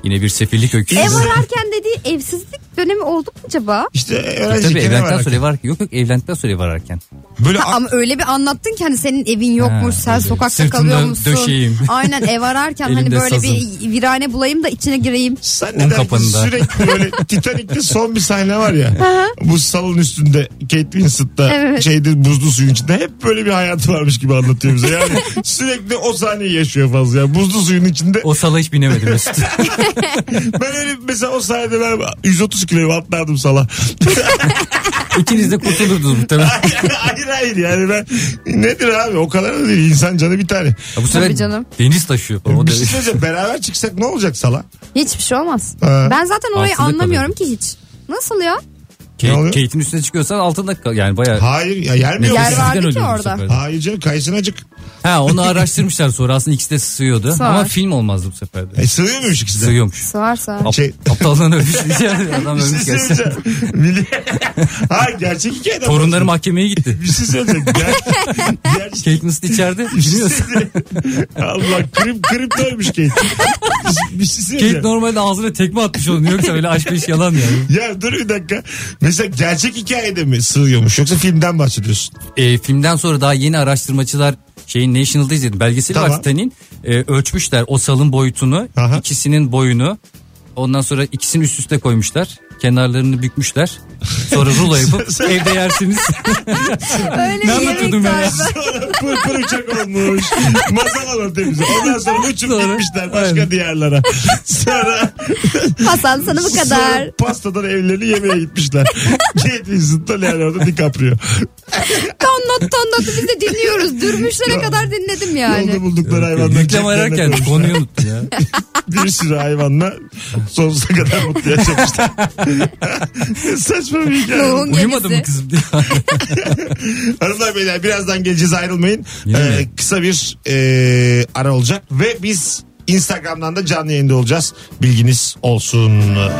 D: Yine bir sefillik öyküsü.
C: Ev ararken dediği evsizlik dönemi oldu mu acaba?
B: İşte
D: Tabii
B: öğrenciyken ev
D: evlendikten sonra
B: ararken.
D: ev ararken. Yok yok evlendikten sonra ev ararken.
B: Böyle
C: Ha, ama öyle bir anlattın ki hani senin evin yokmuş,
D: Ha,
C: sen
D: öyle.
C: sokakta
D: Sırtımda
C: kalıyormuşsun.
D: döşeyim.
C: <laughs> Aynen ev ararken hani
D: Elimde
C: böyle bir
D: sazım.
C: virane bulayım da içine gireyim.
B: Sen
D: Un
B: ne dersin?
D: kapanında.
B: sürekli
D: <laughs>
B: böyle Titanik'te son bir sahne var ya. bu salon üstünde Kate Winslet'ta
C: Evet.
B: şeyde buzlu suyun içinde hep böyle bir hayatı varmış gibi anlatıyor bize. Yani
D: <laughs>
B: sürekli o sahneyi yaşıyor fazla. Yani buzlu suyun içinde.
D: O sala hiç binemedim Mesut.
B: Ben öyle mesela o sahnede ben 130 kiloyu atlardım sala.
D: <laughs> İkiniz de kurtulurdunuz muhtemelen.
B: hayır hayır yani ben nedir abi o kadar da değil insan canı bir tane.
D: Ya bu sefer
C: Tabii canım.
D: deniz taşıyor. falan. O
B: Bir
D: da-
B: şey söyleyeceğim beraber çıksak ne olacak sala?
C: Hiçbir şey olmaz.
B: Ha.
C: Ben zaten orayı
D: Altında
C: anlamıyorum ki hiç. Nasıl ya?
B: Ne
D: Kate,
B: oluyor?
D: Kate'in üstüne çıkıyorsan altında kal. Yani bayağı
B: Hayır ya yer mi yok?
C: Yer
D: Nefessizlikten
C: vardı ki
D: ölüyorum bu
C: orada.
D: sefer.
B: Hayır canım kayısın acık.
D: Ha onu araştırmışlar sonra aslında ikisi de sığıyordu.
C: Sığar.
D: Ama film olmazdı bu sefer de.
B: E, sığıyor muymuş ikisi de?
D: Sığıyormuş.
C: Sığar sığar.
D: Ap-
B: Şey-
D: Aptallığın ölmüş <laughs> diyeceğim. Adam
B: Bir şey
D: ölmüş gerçekten.
B: söyleyeceğim. Milli... <laughs> Hayır gerçek hikayeden
D: Torunları mahkemeye gitti.
B: Bir şey
D: <laughs>
B: söyleyeceğim. Ger... gerçek...
D: Kate Winslet içeride.
B: Bir şey
D: Bilmiyorsun.
B: söyleyeceğim. Allah krim krim dönmüş Kate. Bir şey- Bir şey
D: Kate
B: söyleyeceğim.
D: normalde ağzına tekme atmış onun. Yoksa öyle aşk beş yalan yani.
B: Ya dur bir dakika. Mesela gerçek hikayede mi sığıyormuş yoksa filmden bahsediyorsun?
D: E, filmden sonra daha yeni araştırmacılar şeyin National'da izledim. Belgeseli
B: Tamam.
D: var Titanic'in. E, ölçmüşler o salın boyutunu,
B: Aha.
D: ikisinin boyunu. Ondan sonra ikisini üst üste koymuşlar. Kenarlarını bükmüşler. Sonra rulo <laughs> yapıp evde yersiniz.
C: Öyle
D: Ne
C: bir
D: anlatıyordum <laughs> ben ya?
C: miktar.
B: Sonra pır pır uçak olmuş. Masal anlatıyor bize. Ondan sonra uçup
D: Sonra-
B: gitmişler başka
D: Aynen.
B: diyarlara. Sonra
C: Hasan sana bu kadar.
B: Sonra pastadan evlerini yemeye
D: <laughs>
B: gitmişler. Kate Winslet'la Leonardo DiCaprio.
C: Anlat anlat biz de dinliyoruz. Dürmüşlere kadar dinledim
B: Yolda
C: yani.
B: buldukları hayvanlar.
D: Reklam ararken konuyu unuttum ya.
B: <laughs> Bir sürü hayvanla sonsuza kadar mutlu
D: <laughs>
B: yaşamışlar. Saçma bir hikaye.
C: Doğum
D: Uyumadın mı
C: gemisi.
D: kızım diye.
B: Hanımlar beyler birazdan geleceğiz ayrılmayın.
D: Yine
B: Ee,
D: mi?
B: kısa bir e, ara olacak ve biz Instagram'dan da canlı yayında olacağız. Bilginiz olsun.